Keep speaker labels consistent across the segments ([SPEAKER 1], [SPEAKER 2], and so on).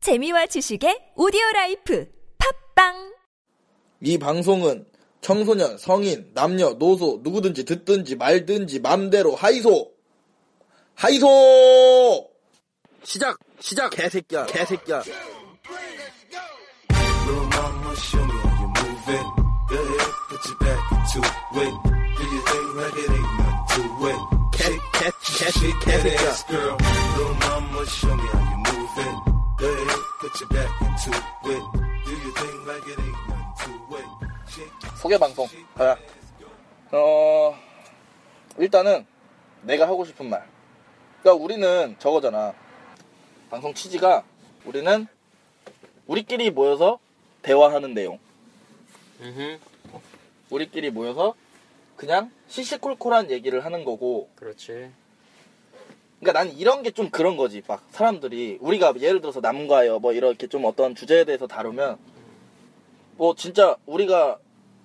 [SPEAKER 1] 재미와 지식의 오디오 라이프 팝빵
[SPEAKER 2] 이 방송은 청소년, 성인, 남녀, 노소 누구든지 듣든지 말든지 맘대로 하이소 하이소 시작 시작 개새끼야 개새끼야
[SPEAKER 3] Little mama, show me how you move it. Go ahead, put your back into it. Do your thing like it ain't nothing to it. Shake, shake, shake that ass, girl. Little mama, show me how you move it. Go ahead, put your back into it. Do your thing like it ain't nothing to it. Shake,
[SPEAKER 2] 소개 방송 가야 어 일단은 내가 하고 싶은 말 그러니까 우리는 저거잖아 방송 취지가 우리는 우리끼리 모여서 대화하는 내용
[SPEAKER 4] 음,
[SPEAKER 2] 우리끼리 모여서 그냥 시시콜콜한 얘기를 하는 거고
[SPEAKER 4] 그렇지.
[SPEAKER 2] 그러니까 난 이런 게 좀 그런 거지. 막 사람들이 우리가 예를 들어서 남과 여 뭐 이렇게 좀 어떤 주제에 대해서 다루면 뭐 진짜 우리가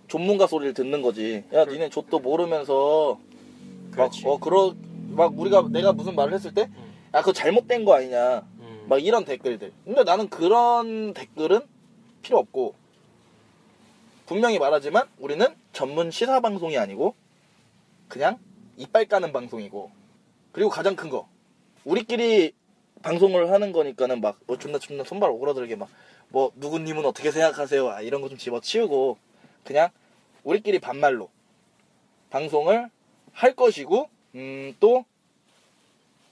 [SPEAKER 2] 전문가 소리를 듣는 거지. 야, 니네 족도 모르면서 막
[SPEAKER 4] 그렇지.
[SPEAKER 2] 어 그러 막 우리가 내가 무슨 말을 했을 때
[SPEAKER 4] 음.
[SPEAKER 2] 야, 그거 잘못된 거 아니냐.
[SPEAKER 4] 음.
[SPEAKER 2] 막 이런 댓글들. 근데 나는 그런 댓글은 필요 없고 분명히 말하지만 우리는 전문 시사 방송이 아니고 그냥 이빨 까는 방송이고 그리고 가장 큰 거 우리끼리 방송을 하는 거니까는 막 어, 존나 존나 손발 오그라들게 막 뭐 누구님은 어떻게 생각하세요 아, 이런 거 좀 집어치우고 그냥 우리끼리 반말로 방송을 할 것이고 음, 또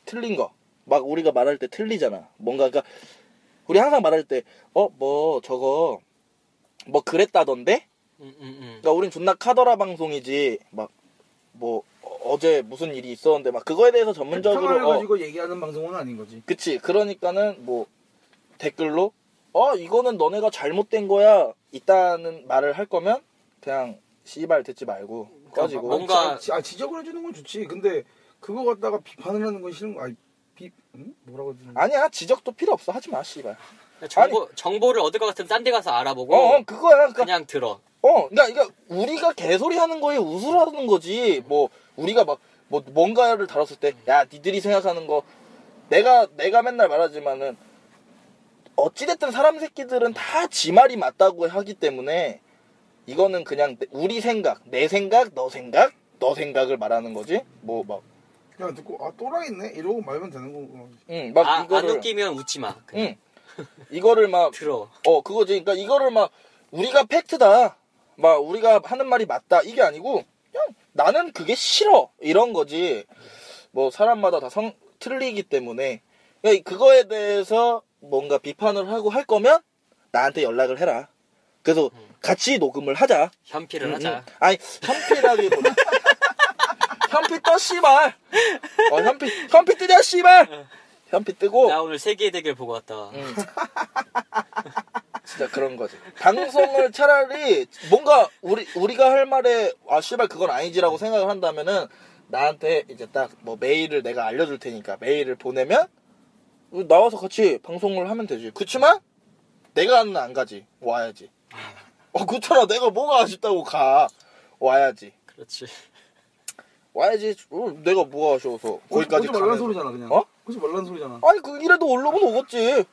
[SPEAKER 2] 틀린 거 막 우리가 말할 때 틀리잖아 뭔가 그러니까 우리 항상 말할 때 어 뭐 저거 뭐 그랬다던데
[SPEAKER 4] 음, 음, 음.
[SPEAKER 2] 그러니까 우린 존나 카더라 방송이지 막 뭐 어제 무슨 일이 있었는데 막 그거에 대해서
[SPEAKER 5] 평을
[SPEAKER 2] 전문적으로 어,
[SPEAKER 5] 가지고 얘기하는 방송은 아닌 거지.
[SPEAKER 2] 그치 그러니까는 뭐 댓글로 어 이거는 너네가 잘못된 거야 있다는 말을 할 거면 그냥 씨발 듣지 말고 꺼지고
[SPEAKER 4] 뭔가-
[SPEAKER 5] 아, 지- 아, 지적을 해주는 건 좋지. 근데 그거 갖다가 비판을 하는 건 싫은 거 아니? 비 음? 뭐라고 하지?
[SPEAKER 2] 아니야 지적도 필요 없어 하지 마 씨발
[SPEAKER 4] 정보 정보를 얻을 것 같은 딴 데 가서 알아보고
[SPEAKER 2] 어, 어 그거야 그러니까
[SPEAKER 4] 그냥 들어.
[SPEAKER 2] 어, 그러니까, 그러니까 우리가 개소리 하는 거에 웃으라는 거지. 뭐 우리가 막 뭐 뭔가를 다뤘을 때, 야, 니들이 생각하는 거 내가 내가 맨날 말하지만은 어찌 됐든 사람 새끼들은 다 지 말이 맞다고 하기 때문에 이거는 그냥 내- 우리 생각, 내 생각, 너 생각, 너 생각을 말하는 거지. 뭐 막,
[SPEAKER 5] 그냥 듣고 아 또라이네 이러고 말면 되는 거고. 어.
[SPEAKER 2] 응, 막
[SPEAKER 4] 아,
[SPEAKER 2] 이거를,
[SPEAKER 4] 안 웃기면 웃지 마. 그냥
[SPEAKER 2] 응, 이거를 막
[SPEAKER 4] 들어.
[SPEAKER 2] 어, 그거지. 그러니까 이거를 막 우리가 팩트다. 막 우리가 하는 말이 맞다. 이게 아니고 그냥 나는 그게 싫어. 이런 거지. 뭐 사람마다 다 성, 틀리기 때문에 그러니까 그거에 대해서 뭔가 비판을 하고 할 거면 나한테 연락을 해라. 그래서 같이 녹음을 하자.
[SPEAKER 4] 현피를 하자.
[SPEAKER 2] 아니 현피라기보다 현피 떠 씨발. 어 현피 현피 뜨냐 씨발. 현피 뜨고
[SPEAKER 4] 나 오늘 세계 대결 보고 왔다.
[SPEAKER 2] 음. 진짜 그런 거지. 방송을 차라리 뭔가 우리 우리가 할 말에 아 씨발 그건 아니지라고 생각을 한다면은 나한테 이제 딱 뭐 메일을 내가 알려줄 테니까 메일을 보내면 나와서 같이 방송을 하면 되지. 그렇지만 내가 하는 안 가지 와야지. 어 그렇잖아 내가 뭐가 아쉽다고 가 와야지
[SPEAKER 4] 그렇지.
[SPEAKER 2] 와야지 어, 내가 뭐가 아쉬워서 거기까지
[SPEAKER 5] 오지 말라는
[SPEAKER 2] 가면서.
[SPEAKER 5] 소리잖아 그냥.
[SPEAKER 2] 어?
[SPEAKER 5] 오지 말라는 소리잖아.
[SPEAKER 2] 아니 그 이래도 올라오면 오겠지.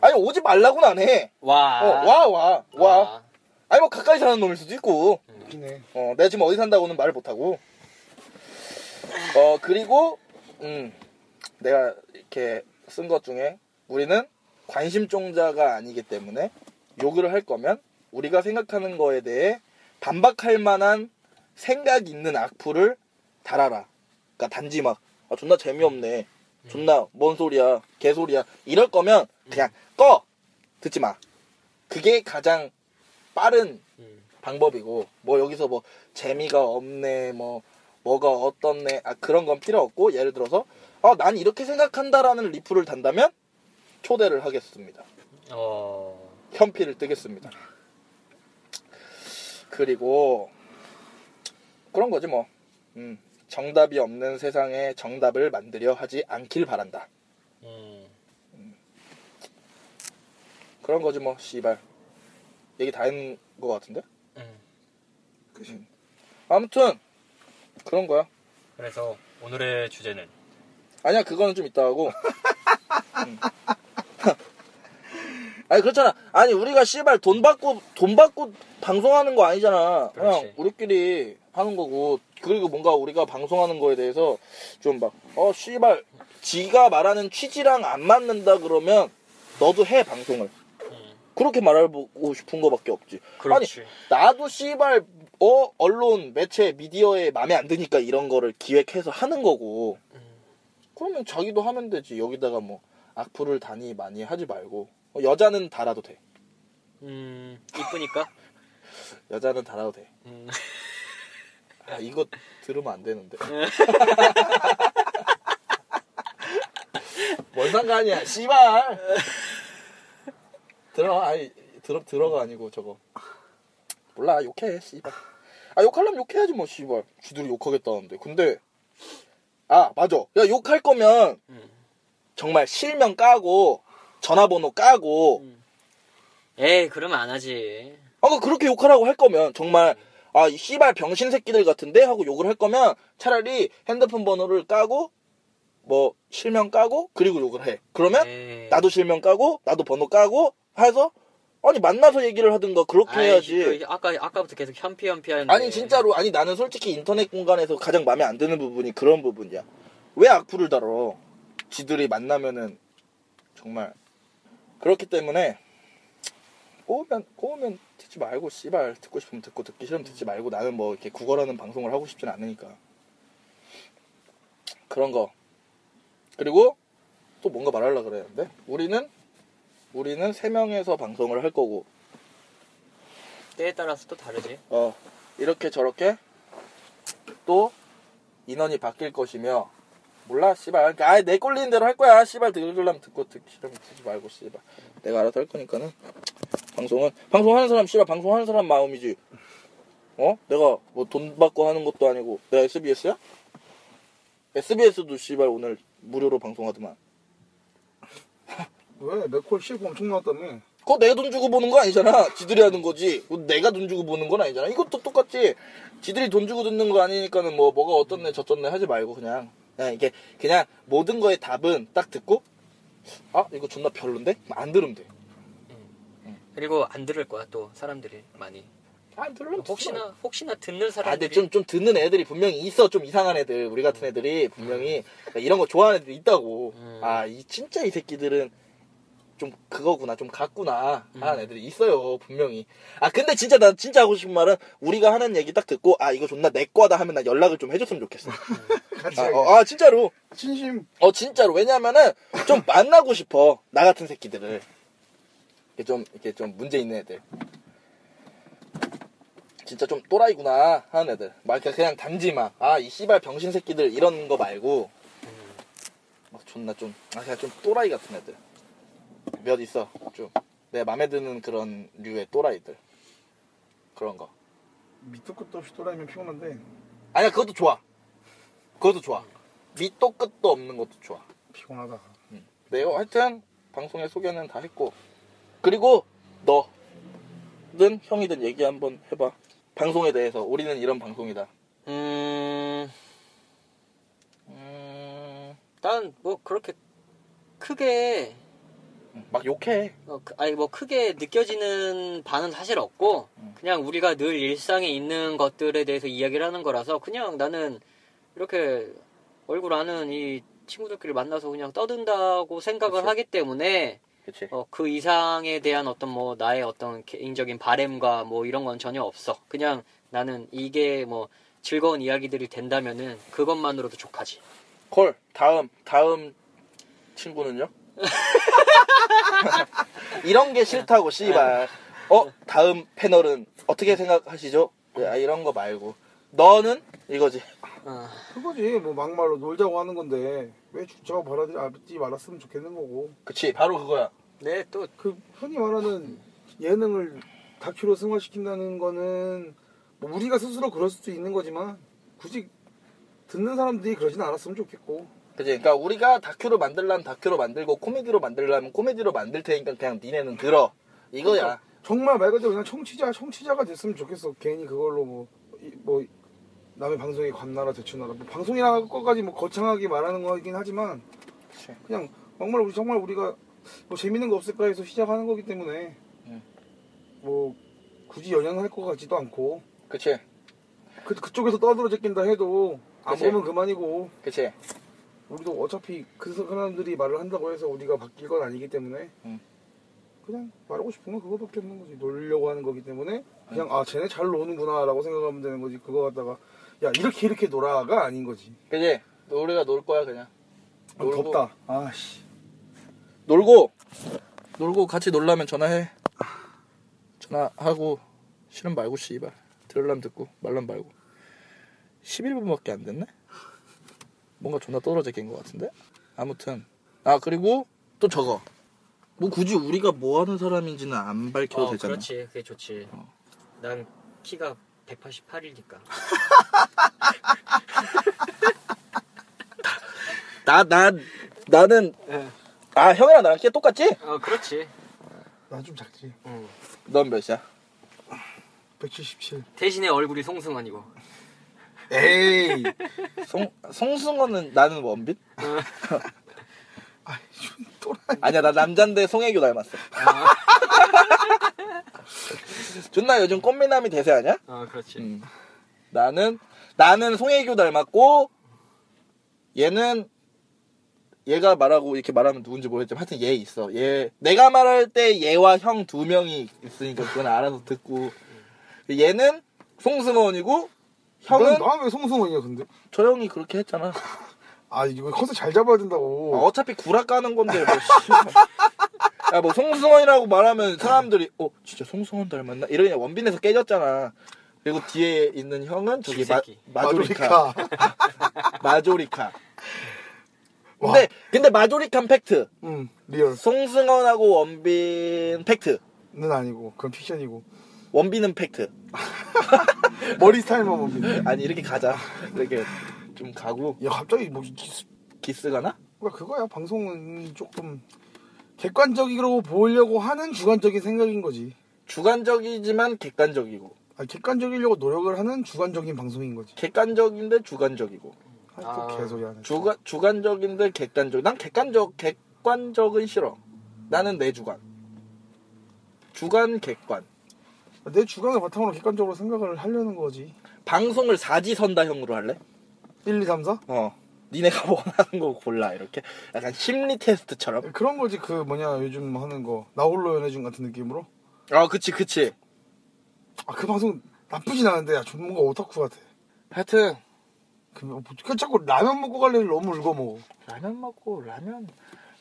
[SPEAKER 2] 아니 오지 말라고는 안 해.
[SPEAKER 4] 와.
[SPEAKER 2] 어, 와, 와, 와.
[SPEAKER 4] 와.
[SPEAKER 2] 아니, 뭐, 가까이 사는 놈일 수도 있고.
[SPEAKER 5] 웃기네.
[SPEAKER 2] 어, 내가 지금 어디 산다고는 말을 못하고. 어, 그리고, 음, 내가 이렇게 쓴 것 중에 우리는 관심종자가 아니기 때문에 요구를 할 거면 우리가 생각하는 거에 대해 반박할 만한 생각 있는 악플을 달아라. 그러니까 단지 막, 아, 존나 재미없네. 존나 뭔 소리야. 개소리야. 이럴 거면 그냥 꺼! 듣지 마. 그게 가장 빠른
[SPEAKER 4] 음.
[SPEAKER 2] 방법이고 뭐 여기서 뭐 재미가 없네 뭐 뭐가 어떻네 아 그런 건 필요 없고 예를 들어서 아 난 이렇게 생각한다라는 리플을 단다면 초대를 하겠습니다
[SPEAKER 4] 어.
[SPEAKER 2] 현피를 뜨겠습니다 그리고 그런 거지 뭐 음, 정답이 없는 세상에 정답을 만들려 하지 않길 바란다
[SPEAKER 4] 음.
[SPEAKER 2] 그런 거지 뭐 씨발 얘기 다 했는 거 같은데
[SPEAKER 4] 음.
[SPEAKER 2] 아무튼 그런 거야
[SPEAKER 4] 그래서 오늘의 주제는
[SPEAKER 2] 아니야 그거는 좀 이따 하고 음. 아니 그렇잖아. 아니 우리가 씨발 돈 받고 돈 받고 방송하는 거 아니잖아. 그냥
[SPEAKER 4] 그렇지.
[SPEAKER 2] 우리끼리 하는 거고 그리고 뭔가 우리가 방송하는 거에 대해서 좀 막 어 씨발 지가 말하는 취지랑 안 맞는다 그러면 너도 해 방송을. 그렇게 말하고 싶은 거밖에 없지.
[SPEAKER 4] 그렇지.
[SPEAKER 2] 아니 나도 씨발 어 언론 매체 미디어에 마음에 안 드니까 이런 거를 기획해서 하는 거고. 그러면 자기도 하면 되지. 여기다가 뭐 악플을 다니 많이 하지 말고 어, 여자는 달아도 돼.
[SPEAKER 4] 음, 이쁘니까.
[SPEAKER 2] 여자는 달아도 돼.
[SPEAKER 4] 음.
[SPEAKER 2] 아 이거 들으면 안 되는데. 뭔 상관이야, 씨발. 들어, 아니 들어 들어가 아니고 저거. 몰라 욕해, 씨발. 아 욕하려면 욕해야지 뭐, 씨발. 쥐들이 욕하겠다는데. 근데 아 맞아. 야 욕할 거면
[SPEAKER 4] 음.
[SPEAKER 2] 정말 실명 까고 전화번호 까고
[SPEAKER 4] 에이, 그러면 안 하지.
[SPEAKER 2] 아까 그렇게 욕하라고 할 거면 정말 아이 씨발 병신 새끼들 같은데 하고 욕을 할 거면 차라리 핸드폰 번호를 까고 뭐 실명 까고 그리고 욕을 해. 그러면
[SPEAKER 4] 에이.
[SPEAKER 2] 나도 실명 까고 나도 번호 까고 해서 아니 만나서 얘기를 하든가 그렇게
[SPEAKER 4] 아이,
[SPEAKER 2] 해야지.
[SPEAKER 4] 그 아까 아까부터 계속 현피 현피 하는데.
[SPEAKER 2] 아니 진짜로 아니 나는 솔직히 인터넷 공간에서 가장 마음에 안 드는 부분이 그런 부분이야. 왜 악플을 달어? 지들이 만나면은 정말 그렇기 때문에 꼬우면 꼬우면 듣지 말고 씨발 듣고 싶으면 듣고 듣기 싫으면 듣지 말고 나는 뭐 이렇게 구걸하는 방송을 하고 싶진 않으니까 그런 거 그리고 또 뭔가 말하려 그랬는데 우리는 우리는 세 명에서 방송을 할 거고
[SPEAKER 4] 때에 따라서 또 다르지.
[SPEAKER 2] 어, 이렇게 저렇게 또 인원이 바뀔 것이며 몰라 씨발 그러니까 아내 꼴리는 대로 할 거야 씨발 들으려면 듣고 듣기 싫으면 듣지 말고 씨발 내가 알아서 할 거니까는 방송은 방송하는 사람 씨발 방송하는 사람 마음이지 어 내가 뭐 돈 받고 하는 것도 아니고 내가 SBS야? SBS도 씨발 오늘 무료로 방송하더만
[SPEAKER 5] 왜? 내콜 CF 엄청 나왔다며.
[SPEAKER 2] 그거 내 돈 주고 보는 거 아니잖아. 지들이 하는 거지. 그거 내가 돈 주고 보는 건 아니잖아. 이것도 똑같지. 지들이 돈 주고 듣는 거 아니니까는 뭐 뭐가 어떻네 저떻네 하지 말고 그냥 그냥 이게 그냥 모든 거의 답은 딱 듣고 아 이거 존나 별론데 안 들으면 돼.
[SPEAKER 4] 그리고 안 들을 거야 또 사람들이 많이.
[SPEAKER 2] 안 들으면
[SPEAKER 4] 혹시나 혹시나 듣는
[SPEAKER 2] 아 근데
[SPEAKER 4] 사람들이
[SPEAKER 2] 좀 좀 듣는 애들이 분명히 있어 좀 이상한 애들 우리 같은 애들이 분명히 그러니까 이런 거 좋아하는 애들 있다고.
[SPEAKER 4] 음.
[SPEAKER 2] 아 이 진짜 이 새끼들은 좀 그거구나 좀 같구나 하는
[SPEAKER 4] 음.
[SPEAKER 2] 애들이 있어요 분명히 아 근데 진짜 나 진짜 하고 싶은 말은 우리가 하는 얘기 딱 듣고 아 이거 존나 내 거다 하면 나 연락을 좀 해줬으면 좋겠어
[SPEAKER 5] 같이.
[SPEAKER 2] 아,
[SPEAKER 5] 하게.
[SPEAKER 2] 어, 아, 진짜로
[SPEAKER 5] 진심.
[SPEAKER 2] 어 진짜로 왜냐면은 좀 만나고 싶어 나 같은 새끼들을 이게 좀 이게 좀 문제 있는 애들 진짜 좀 또라이구나 하는 애들 막 그냥- 그냥 단지 막 아 이 씨발 병신 새끼들 이런 거 말고 막 존나 좀 아 그냥 좀 또라이 같은 애들 몇 있어 좀 내 마음에 드는 그런 류의 또라이들 그런 거
[SPEAKER 5] 밑도 끝도 없이 돌아다니면 피곤한데
[SPEAKER 2] 아니야 그것도 좋아 그것도 좋아 밑도 끝도 없는 것도 좋아
[SPEAKER 5] 피곤하다.
[SPEAKER 2] 네, 어, 하여튼 방송에 소개는 다 했고 그리고 너든 형이든 얘기 한번 해봐 방송에 대해서 우리는 이런 방송이다
[SPEAKER 4] 음
[SPEAKER 2] 음,
[SPEAKER 4] 난 뭐 그렇게 크게
[SPEAKER 2] 막 욕해
[SPEAKER 4] 어, 그- 아니 뭐 크게 느껴지는 반은 사실 없고
[SPEAKER 2] 음.
[SPEAKER 4] 그냥 우리가 늘 일상에 있는 것들에 대해서 이야기를 하는 거라서 그냥 나는 이렇게 얼굴 아는 이 친구들끼리 만나서 그냥 떠든다고 생각을
[SPEAKER 2] 그치.
[SPEAKER 4] 하기 때문에
[SPEAKER 2] 그치
[SPEAKER 4] 어, 그 이상에 대한 어떤 뭐 나의 어떤 개인적인 바램과 뭐 이런 건 전혀 없어. 그냥 나는 이게 뭐 즐거운 이야기들이 된다면은 그것만으로도 족하지.
[SPEAKER 2] 콜 다음 다음 친구는요? 이런 게 싫다고 씨발 어 다음 패널은 어떻게 생각하시죠? 아, 이런 거 말고 너는 이거지
[SPEAKER 4] 어,
[SPEAKER 5] 그거지 뭐 막말로 놀자고 하는 건데 왜 주차가 바라지 말았으면 좋겠는 거고
[SPEAKER 2] 그치 바로 그거야
[SPEAKER 4] 네, 또
[SPEAKER 5] 그 흔히 말하는 예능을 다큐로 승화시킨다는 거는 뭐 우리가 스스로 그럴 수도 있는 거지만 굳이 듣는 사람들이 그러진 않았으면 좋겠고
[SPEAKER 2] 그지? 그러니까 우리가 다큐로 만들려면 다큐로 만들고 코미디로 만들려면 코미디로 만들 테니까 그냥 니네는 들어 이거야.
[SPEAKER 5] 그러니까. 정말 말 그대로 그냥 청취자 청취자가 됐으면 좋겠어 괜히 그걸로 뭐 뭐 남의 방송에 관나라 대추나라 뭐 방송이라는 것까지 뭐 거창하게 말하는 거긴 하지만
[SPEAKER 2] 그치.
[SPEAKER 5] 그냥 막말 우리 정말 우리가 뭐 재밌는 거 없을까 해서 시작하는 거기 때문에
[SPEAKER 2] 음.
[SPEAKER 5] 뭐 굳이 연연할 것 같지도 않고
[SPEAKER 2] 그치
[SPEAKER 5] 그, 그쪽에서 떠들어 제낀다 해도 안
[SPEAKER 2] 그치.
[SPEAKER 5] 보면 그만이고
[SPEAKER 2] 그치
[SPEAKER 5] 우리도 어차피 그 사람들이 말을 한다고 해서 우리가 바뀔 건 아니기 때문에
[SPEAKER 2] 음.
[SPEAKER 5] 그냥 말하고 싶은 건 그거밖에 없는 거지 놀려고 하는 거기 때문에 그냥 아 쟤네 잘 노는구나 라고 생각하면 되는 거지 그거 갖다가 야 이렇게 이렇게 놀아가 아닌 거지
[SPEAKER 2] 그치 우리가 놀 거야 그냥
[SPEAKER 5] 아,
[SPEAKER 2] 놀고.
[SPEAKER 5] 덥다 아씨
[SPEAKER 2] 놀고 놀고 같이 놀라면 전화해 전화하고 싫으면 말고 씨발 들으려면 듣고 말라면 말고 11분밖에 안 됐네 뭔가 존나 떨어져 낀것 같은데 아무튼 아 그리고 또 저거 뭐 굳이 우리가 뭐 하는 사람인지는 안 밝혀도
[SPEAKER 4] 어,
[SPEAKER 2] 되잖아 어.
[SPEAKER 4] 그렇지. 그게 좋지. 난 키가 188이니까.
[SPEAKER 2] 나, 나, 나는
[SPEAKER 4] 네.
[SPEAKER 2] 아 형이랑 나랑 키가 똑같지?
[SPEAKER 4] 어, 그렇지.
[SPEAKER 5] 나 좀 작지
[SPEAKER 2] 넌 몇이야?
[SPEAKER 5] 177
[SPEAKER 4] 대신에 얼굴이 송승환이고.
[SPEAKER 5] 에이
[SPEAKER 2] 송, 송승헌은 나는 원빈?
[SPEAKER 5] 아이 좀 또라이 아.
[SPEAKER 2] 아니야 나 남잔데 송혜교 닮았어 존나 요즘 꽃미남이 대세 아니야?
[SPEAKER 4] 어, 그렇지.
[SPEAKER 2] 음. 나는 나는 송혜교 닮았고 얘는 얘가 말하고 이렇게 말하면 누군지 모르겠지만 하여튼 얘 있어 얘 내가 말할 때 얘와 형 두 명이 있으니까 그건 알아서 듣고 얘는 송승헌이고 형은
[SPEAKER 5] 나왜 송승헌이야 근데
[SPEAKER 2] 저 형이 그렇게 했잖아
[SPEAKER 5] 아 이거 컨셉 잘 잡아야
[SPEAKER 2] 아,
[SPEAKER 5] 된다고
[SPEAKER 2] 어차피 구락 까는 건데 뭐 씨발. 야, 뭐 송승헌이라고 말하면 사람들이 어 진짜 송승헌 닮았나 이러냐 원빈에서 깨졌잖아 그리고 뒤에 있는 형은 저기 마,
[SPEAKER 4] 쥐새끼.
[SPEAKER 2] 마조리카 마조리카 근데 근데 마조리카는 팩트
[SPEAKER 5] 응 리얼
[SPEAKER 2] 송승헌하고 원빈 팩트
[SPEAKER 5] 는 아니고 그건 픽션이고
[SPEAKER 2] 원빈은 팩트
[SPEAKER 5] 머리 스타일만 보면
[SPEAKER 2] 아니 이렇게 가자 이렇게 좀 가고
[SPEAKER 5] 야 갑자기 뭐 기스-
[SPEAKER 2] 기스 가나
[SPEAKER 5] 그러니까 그거야 방송은 조금 객관적으로 보려고 하는 주관적인 생각인 거지
[SPEAKER 2] 주관적이지만 객관적이고
[SPEAKER 5] 아 객관적이려고 노력을 하는 주관적인 방송인 거지
[SPEAKER 2] 객관적인데 주관적이고
[SPEAKER 5] 아또
[SPEAKER 4] 아.
[SPEAKER 5] 개소리하네
[SPEAKER 2] 주관 주관적인데 객관적. 난 객관적 객관적은 싫어. 나는 내 주관. 주관 객관.
[SPEAKER 5] 내 주관을 바탕으로 객관적으로 생각을 하려는 거지
[SPEAKER 2] 방송을 사지선다형으로 할래?
[SPEAKER 5] 1, 2, 3, 4
[SPEAKER 2] 어. 니네가 원하는 거 골라 이렇게 약간 심리 테스트처럼.
[SPEAKER 5] 그런 거지 그 뭐냐 요즘 하는 거 나홀로 연애중 같은 느낌으로
[SPEAKER 2] 아, 그치 그치.
[SPEAKER 5] 아 그 방송 나쁘진 않은데 야좀 뭔가 오타쿠 같아
[SPEAKER 2] 하여튼
[SPEAKER 5] 그, 뭐, 그 자꾸 라면 먹고 갈래를 너무 울고 먹어
[SPEAKER 2] 라면 먹고 라면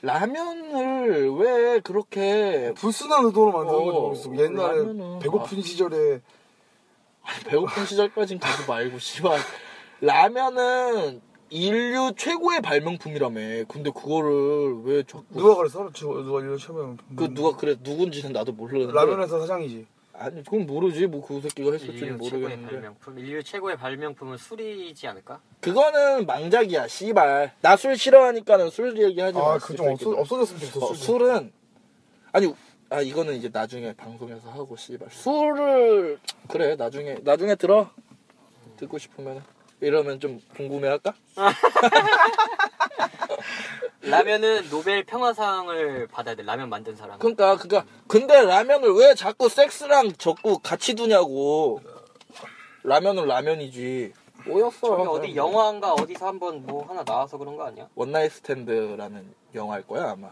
[SPEAKER 2] 라면을 왜 그렇게
[SPEAKER 5] 불순한 의도로 만드는
[SPEAKER 2] 어,
[SPEAKER 5] 건지 모르겠어 옛날에
[SPEAKER 2] 라면은- 아.
[SPEAKER 5] 배고픈 시절에
[SPEAKER 2] 배고픈 시절까진 가지 말고 씨발 라면은 인류 최고의 발명품이라며. 근데 그거를 왜 자꾸
[SPEAKER 5] 누가 그랬어? 저- 누가 이거 처음에
[SPEAKER 2] 그 누가 그래 누군지는 나도 모르는데
[SPEAKER 5] 라면회사 사장이지
[SPEAKER 2] 아니 그건 모르지 뭐 그 새끼가 했을지는
[SPEAKER 4] 인류 최고의
[SPEAKER 2] 모르겠는데
[SPEAKER 4] 발명품. 인류 최고의 발명품은 술이지 않을까?
[SPEAKER 2] 그거는 망작이야 씨발 나 술 싫어하니까는 술 얘기하지
[SPEAKER 5] 아
[SPEAKER 2] 마
[SPEAKER 5] 그 좀 없어, 없어졌으면 좋겠어
[SPEAKER 2] 어,
[SPEAKER 5] 술이.
[SPEAKER 2] 술은 아니 아 이거는 이제 나중에 방송에서 하고 씨발 술을 그래 나중에 나중에 들어 듣고 싶으면 이러면 좀 궁금해할까?
[SPEAKER 4] 라면은 노벨 평화상을 받아야 돼. 라면 만든 사람.
[SPEAKER 2] 그러니까 그니까 근데 라면을 왜 자꾸 섹스랑 자꾸 같이 두냐고 라면은 라면이지 뭐였어
[SPEAKER 4] 저기 어디 영화인가 어디서 한번 뭐 하나 나와서 그런 거 아니야?
[SPEAKER 2] 원나잇 스탠드라는 영화일 거야 아마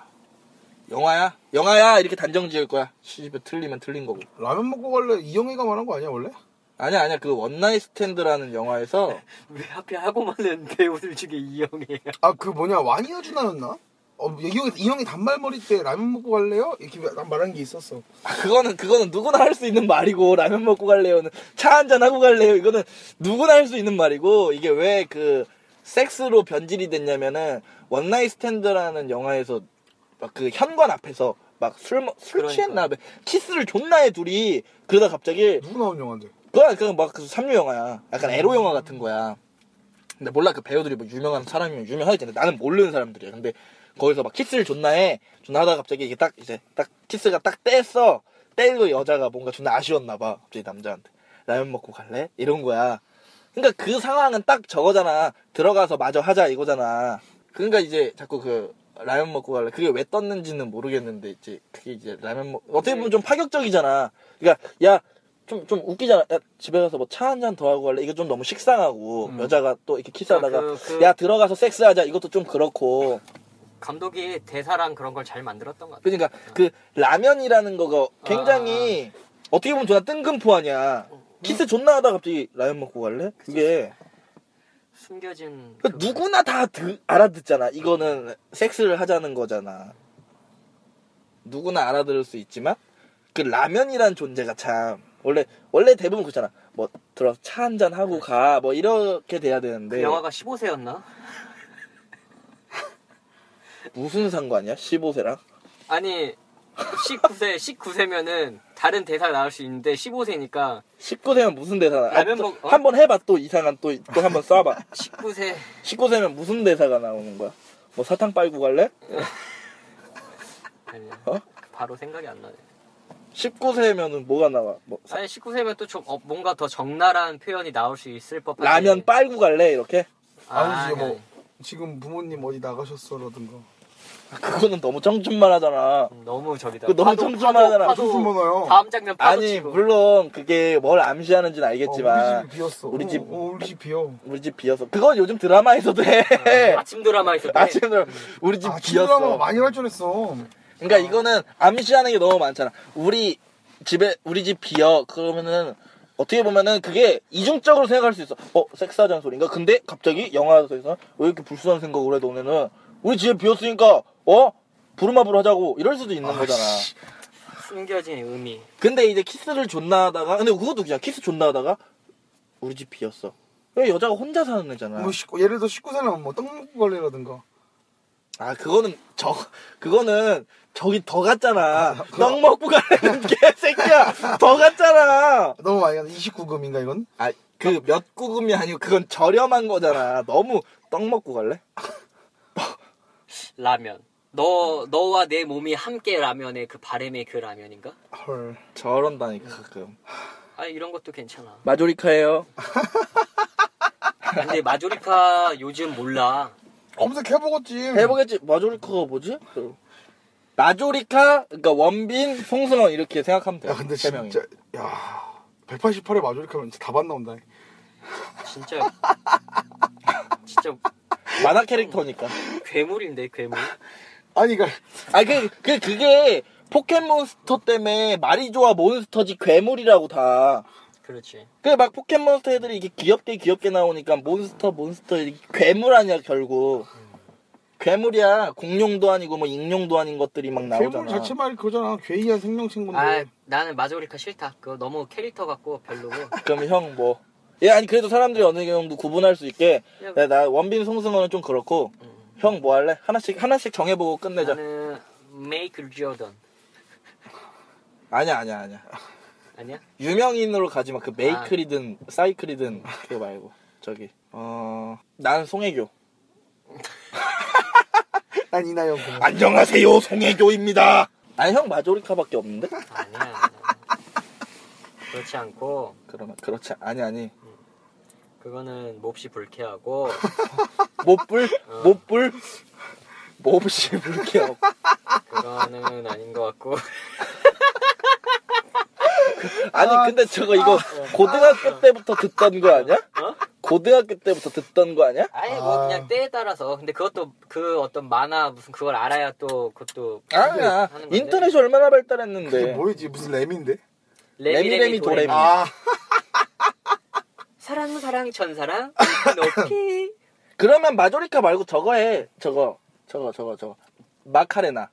[SPEAKER 2] 영화야 영화야 이렇게 단정 지을 거야 시집에 틀리면 틀린 거고
[SPEAKER 5] 라면 먹고 갈래 이영애가 말한 거 아니야 원래?
[SPEAKER 2] 아니야 아니야 그 원나잇 스탠드라는 영화에서
[SPEAKER 4] 왜 하필 하고 많은 배우들 중에 이영애야?
[SPEAKER 5] 아 그 뭐냐 와니아 주나였나? 어 이영애 이영애 단발머리 때 라면 먹고 갈래요? 이렇게 나- 말한 게 있었어
[SPEAKER 2] 아, 그거는 그거는 누구나 할 수 있는 말이고 라면 먹고 갈래요는 차 한잔 하고 갈래요 이거는 누구나 할 수 있는 말이고 이게 왜 그 섹스로 변질이 됐냐면은 원나잇 스탠드라는 영화에서 막 그 현관 앞에서 막 술술 뭐, 술
[SPEAKER 4] 그러니까.
[SPEAKER 2] 취했나 봐. 키스를 존나 해 둘이 그러다 갑자기
[SPEAKER 5] 누구 나온 영화인데?
[SPEAKER 2] 그건 그냥 막그 삼류 영화야. 약간 에로 영화 같은 거야. 근데 몰라 그 배우들이 뭐 유명한 사람이면 유명하겠지. 근데 나는 모르는 사람들이야. 근데 거기서 막 키스를 존나 해. 존나 하다가 갑자기 이게 딱 이제 딱 키스가 딱 떼었어. 떼고 여자가 뭔가 존나 아쉬웠나 봐. 갑자기 남자한테 라면 먹고 갈래? 이런 거야. 그러니까 그 상황은 딱 저거잖아. 들어가서 마저 하자 이거잖아. 그러니까 이제 자꾸 그 라면 먹고 갈래. 그게 왜 떴는지는 모르겠는데 이제 그게 이제 라면 먹 어떻게
[SPEAKER 4] 네.
[SPEAKER 2] 보면 좀 파격적이잖아. 그러니까 야 좀 좀 웃기잖아. 야, 집에 가서 뭐 차 한 잔 더 하고 갈래. 이거 좀 너무 식상하고 여자가 또 이렇게 키스하다가
[SPEAKER 4] 음. 그, 그, 그.
[SPEAKER 2] 야 들어가서 섹스하자. 이것도 좀 그렇고.
[SPEAKER 4] 감독이 대사랑 그런 걸 잘 만들었던 것 같아요.
[SPEAKER 2] 그러니까 그 라면이라는 거가 굉장히
[SPEAKER 4] 아.
[SPEAKER 2] 어떻게 보면 존나 뜬금포 아니야.
[SPEAKER 4] 어.
[SPEAKER 2] 키스 존나 하다 갑자기 라면 먹고 갈래? 그게
[SPEAKER 4] 숨겨진
[SPEAKER 2] 그
[SPEAKER 4] 그거.
[SPEAKER 2] 누구나 다 드- 알아듣잖아. 이거는 섹스를 하자는 거잖아. 누구나 알아들을 수 있지만 그 라면이란 존재가 참 원래 원래 대부분 그렇잖아. 뭐 들어 차 한 잔 하고 가 뭐 이렇게 돼야 되는데
[SPEAKER 4] 네. 그 영화가 15세였나?
[SPEAKER 2] 무슨 상관이야? 15세랑
[SPEAKER 4] 아니 19세 19세면은 다른 대사 나올 수 있는데 15세니까
[SPEAKER 2] 19세면 무슨 대사나?
[SPEAKER 4] 라면 먹- 어?
[SPEAKER 2] 한번 해봐 또 이상한 또 또 한번 쏴봐.
[SPEAKER 4] 19세
[SPEAKER 2] 19세면 무슨 대사가 나오는 거야? 뭐 사탕 빨고 갈래?
[SPEAKER 4] 아니야.
[SPEAKER 2] 어?
[SPEAKER 4] 바로 생각이 안 나네.
[SPEAKER 2] 19세면은 뭐가 나와? 뭐 사-
[SPEAKER 4] 아니 19세면 또 좀 어, 뭔가 더 적나라한 표현이 나올 수 있을 법한
[SPEAKER 2] 라면 빨고 갈래? 이렇게?
[SPEAKER 5] 아니지 뭐
[SPEAKER 4] 아니.
[SPEAKER 2] 네.
[SPEAKER 5] 지금 부모님 어디 나가셨어라든가
[SPEAKER 2] 아, 그거는 너무 정준만 하잖아.
[SPEAKER 4] 너무 저기다.
[SPEAKER 2] 그거 너무 촘촘하잖아.
[SPEAKER 5] 좀 많아요.
[SPEAKER 4] 다음 장면 파도
[SPEAKER 2] 아니
[SPEAKER 4] 치고.
[SPEAKER 2] 물론 그게 뭘 암시하는지는
[SPEAKER 5] 어,
[SPEAKER 2] 알겠지만
[SPEAKER 5] 우리 집 비었어.
[SPEAKER 2] 우리 집-
[SPEAKER 5] 어, 어, 우리 집 비어.
[SPEAKER 2] 우리 집 비었어. 그건 요즘 드라마에서도 해.
[SPEAKER 4] 아침 드라마에서
[SPEAKER 2] 아침 드라 우리 집
[SPEAKER 5] 아, 친구랑
[SPEAKER 2] 비었어.
[SPEAKER 5] 많이 아. 발전했어.
[SPEAKER 2] 그러니까 이거는 암시하는 게 너무 많잖아. 우리 집에 우리 집 비어 그러면은 어떻게 보면은 그게 이중적으로 생각할 수 있어. 어 섹스하자는 소린가? 근데 갑자기 영화에서 왜 이렇게 불순한 생각을 해 너네는 우리 집에 비었으니까 어 부르마부르 하자고 이럴 수도 있는 거잖아.
[SPEAKER 4] 숨겨진 의미.
[SPEAKER 2] 근데 이제 키스를 존나 하다가 근데 그것도 그냥 키스 존나 하다가 우리 집 비었어. 왜 여자가 혼자 사는 애잖아.
[SPEAKER 5] 뭐 십구- 예를 들어 19세면 뭐떡 먹고 갈래라든가.
[SPEAKER 2] 아 그거는 저 그거는 저기 더 갔잖아. 그 떡 먹고 가려는 개새끼야. 더 갔잖아.
[SPEAKER 5] 너무 많이 가네. 29금인가 이건?
[SPEAKER 2] 아 그 몇 구금이 아니고 그건 저렴한 거잖아. 너무 떡 먹고 갈래?
[SPEAKER 4] 라면. 너 너와 내 몸이 함께 라면의 그 바램의 그 라면인가?
[SPEAKER 5] 헐.
[SPEAKER 2] 저런다니까 가끔.
[SPEAKER 4] 아 이런 것도 괜찮아.
[SPEAKER 2] 마조리카예요.
[SPEAKER 4] 근데 마조리카 요즘 몰라.
[SPEAKER 5] 검색해보겠지.
[SPEAKER 2] 어? 해보겠지. 마조리카가 뭐지? 마조리카 그러니까 원빈 송승헌 이렇게 생각하면 돼.
[SPEAKER 5] 야, 근데
[SPEAKER 2] 세
[SPEAKER 5] 진짜,
[SPEAKER 2] 명이.
[SPEAKER 5] 야. 188에 마조리카면 진짜 다반 나온다.
[SPEAKER 4] 진짜 진짜
[SPEAKER 2] 만화 캐릭터니까.
[SPEAKER 4] 괴물인데 괴물.
[SPEAKER 5] 아니, 그러니까 그니까,
[SPEAKER 2] 아, 그, 그, 그게 포켓몬스터 때문에 말이 좋아 몬스터지 괴물이라고 다.
[SPEAKER 4] 그렇지.
[SPEAKER 2] 그 막 포켓몬스터 애들이 이게 귀엽게 귀엽게 나오니까 몬스터 몬스터 이렇게 괴물 아니야 결국. 괴물이야 공룡도 아니고 뭐 익룡도 아닌 것들이 막 나오잖아.
[SPEAKER 5] 괴물 자체만 그거잖아. 괴이한 생명친구인데.
[SPEAKER 4] 아 나는 마조리카 싫다. 그거 너무 캐릭터 같고 별로고.
[SPEAKER 2] 그럼 형 뭐? 예 아니 그래도 사람들이 어느 정도 구분할 수 있게
[SPEAKER 4] 야,
[SPEAKER 2] 야, 나 원빈 송승헌은 좀 그렇고 형 뭐 할래? 하나씩 하나씩 정해보고
[SPEAKER 4] 아,
[SPEAKER 2] 끝내자.
[SPEAKER 4] 나는 메이클 조던
[SPEAKER 2] 아니야 아니야 아니야.
[SPEAKER 4] 아니야?
[SPEAKER 2] 유명인으로 가지 마. 그 메이클이든 사이클이든 그거 말고 저기 어 나는 송혜교.
[SPEAKER 5] 난 이나영.
[SPEAKER 2] 아,
[SPEAKER 5] 그거.
[SPEAKER 2] 안녕하세요 송혜교입니다. 아니 형 마조리카밖에 없는데?
[SPEAKER 4] 아니야. 아니야. 그렇지 않고
[SPEAKER 2] 그러면 그렇지 아니 아니
[SPEAKER 4] 그거는 몹시 불쾌하고
[SPEAKER 2] 못불 못불 몹시 불쾌하고
[SPEAKER 4] 그거는 아닌 것 같고
[SPEAKER 2] 아니 근데 저거 이거 고등학교 때부터 듣던 거 아니야? 고등학교 때부터 듣던 거 아니야?
[SPEAKER 4] 아예 뭐
[SPEAKER 5] 아.
[SPEAKER 4] 그냥 때에 따라서 근데 그것도 그 어떤 만화 무슨 그걸 알아야 또 그것도
[SPEAKER 2] 아니야
[SPEAKER 4] 건데?
[SPEAKER 2] 인터넷이 얼마나
[SPEAKER 5] 그게
[SPEAKER 2] 발달했는데
[SPEAKER 5] 뭐였지? 무슨 램인데?
[SPEAKER 4] 레미 레미 도레미
[SPEAKER 5] 아,
[SPEAKER 4] 사랑 사랑 천사랑 그 높이
[SPEAKER 2] 그러면 마조리카 말고 저거 해 저거 저거 저거 저거 마카레나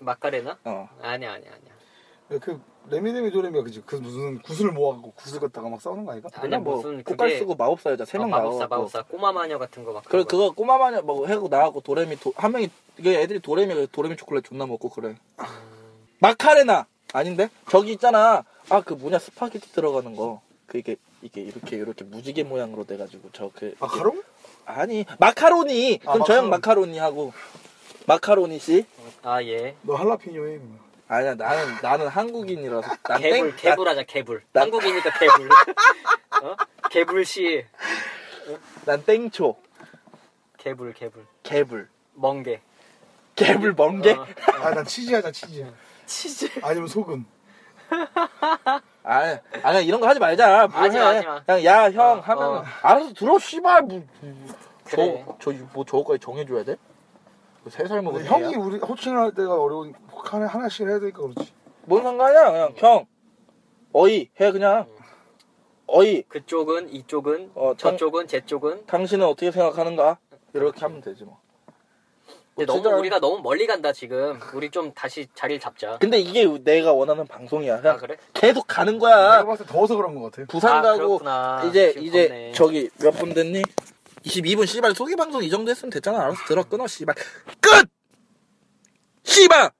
[SPEAKER 4] 마카레나?
[SPEAKER 2] 어
[SPEAKER 4] 아니야 아니야 아니야
[SPEAKER 5] 그, 레미데미 도레미가 그지? 그 무슨 구슬 모아갖고 구슬 갖다가 막 싸우는 거 아이가?
[SPEAKER 4] 아니야
[SPEAKER 2] 뭐
[SPEAKER 4] 무슨
[SPEAKER 2] 꽃갈
[SPEAKER 4] 그게
[SPEAKER 2] 쓰고 마법사 여자
[SPEAKER 4] 어,
[SPEAKER 2] 세명
[SPEAKER 4] 마법사
[SPEAKER 2] 나와
[SPEAKER 4] 마법사 꼬마 마녀 같은 거막
[SPEAKER 2] 그래 그거 꼬마 마녀 뭐 해고 나하고 도레미 도, 한 명이 이게 애들이 도레미 도레미 초콜릿 존나 먹고 그래. 마카레나 아닌데 저기 있잖아 아 그 뭐냐 스파게티 들어가는 거 그게 이게 이렇게 이렇게 무지개 모양으로 돼가지고 저그
[SPEAKER 5] 마카롱?
[SPEAKER 2] 아니 마카로니
[SPEAKER 5] 아,
[SPEAKER 2] 그럼 저 형 마카로니
[SPEAKER 5] 마카로니.
[SPEAKER 2] 하고 마카로니 씨
[SPEAKER 4] 아예
[SPEAKER 5] 너 할라피뇨 해. 그냥.
[SPEAKER 2] 아니야 나는 나는 한국인이라서 난 땡-
[SPEAKER 4] 개불
[SPEAKER 2] 나-
[SPEAKER 4] 개불하자 개불
[SPEAKER 2] 나-
[SPEAKER 4] 한국이니까 개불 어? 개불 씨
[SPEAKER 2] 난 땡초
[SPEAKER 4] 개불 개불
[SPEAKER 2] 개불
[SPEAKER 4] 멍게.
[SPEAKER 2] 갭을 번게?
[SPEAKER 4] 어.
[SPEAKER 5] 아, 난 치즈 하자, 치즈.
[SPEAKER 4] 치즈.
[SPEAKER 5] 아니면 소금.
[SPEAKER 2] 아, 아, 그냥 이런 거 하지 말자. 뭐
[SPEAKER 4] 하지 마,
[SPEAKER 2] 해.
[SPEAKER 4] 하지 마.
[SPEAKER 2] 그냥 야, 형
[SPEAKER 4] 어,
[SPEAKER 2] 하면
[SPEAKER 4] 어.
[SPEAKER 2] 알아서 들어, 씨발. 뭐,
[SPEAKER 4] 그래.
[SPEAKER 2] 저, 저, 뭐 저거까지 정해줘야 돼? 뭐 세살 먹은
[SPEAKER 5] 어, 형이
[SPEAKER 2] 애야?
[SPEAKER 5] 우리 호칭을 할 때가 어려우니까 하나, 하나씩 해야 되니까 그렇지.
[SPEAKER 2] 뭔 상관이야? 그냥 형, 어이 해 그냥. 어이,
[SPEAKER 4] 그쪽은 이쪽은
[SPEAKER 2] 어, 참-
[SPEAKER 4] 저쪽은 제쪽은.
[SPEAKER 2] 당신은 어떻게 생각하는가? 이렇게 하면 되지 뭐.
[SPEAKER 4] 근데
[SPEAKER 2] 뭐
[SPEAKER 4] 너무
[SPEAKER 2] 진짜-
[SPEAKER 4] 우리가 너무 멀리 간다 지금. 우리 좀 다시 자리를 잡자.
[SPEAKER 2] 근데 이게 내가 원하는 방송이야. 그냥
[SPEAKER 4] 아 그래?
[SPEAKER 2] 계속 가는
[SPEAKER 5] 내가
[SPEAKER 2] 거야.
[SPEAKER 5] 봤을 때 더워서 그런 것 같아.
[SPEAKER 2] 부산
[SPEAKER 4] 아,
[SPEAKER 2] 가고
[SPEAKER 4] 그렇구나.
[SPEAKER 2] 이제
[SPEAKER 4] 지금
[SPEAKER 2] 이제
[SPEAKER 4] 덥네.
[SPEAKER 2] 저기 몇 분 됐니? 22분 씨발 소개 방송 이 정도 했으면 됐잖아. 알아서 들어 끊어 씨발. 끝. 씨발.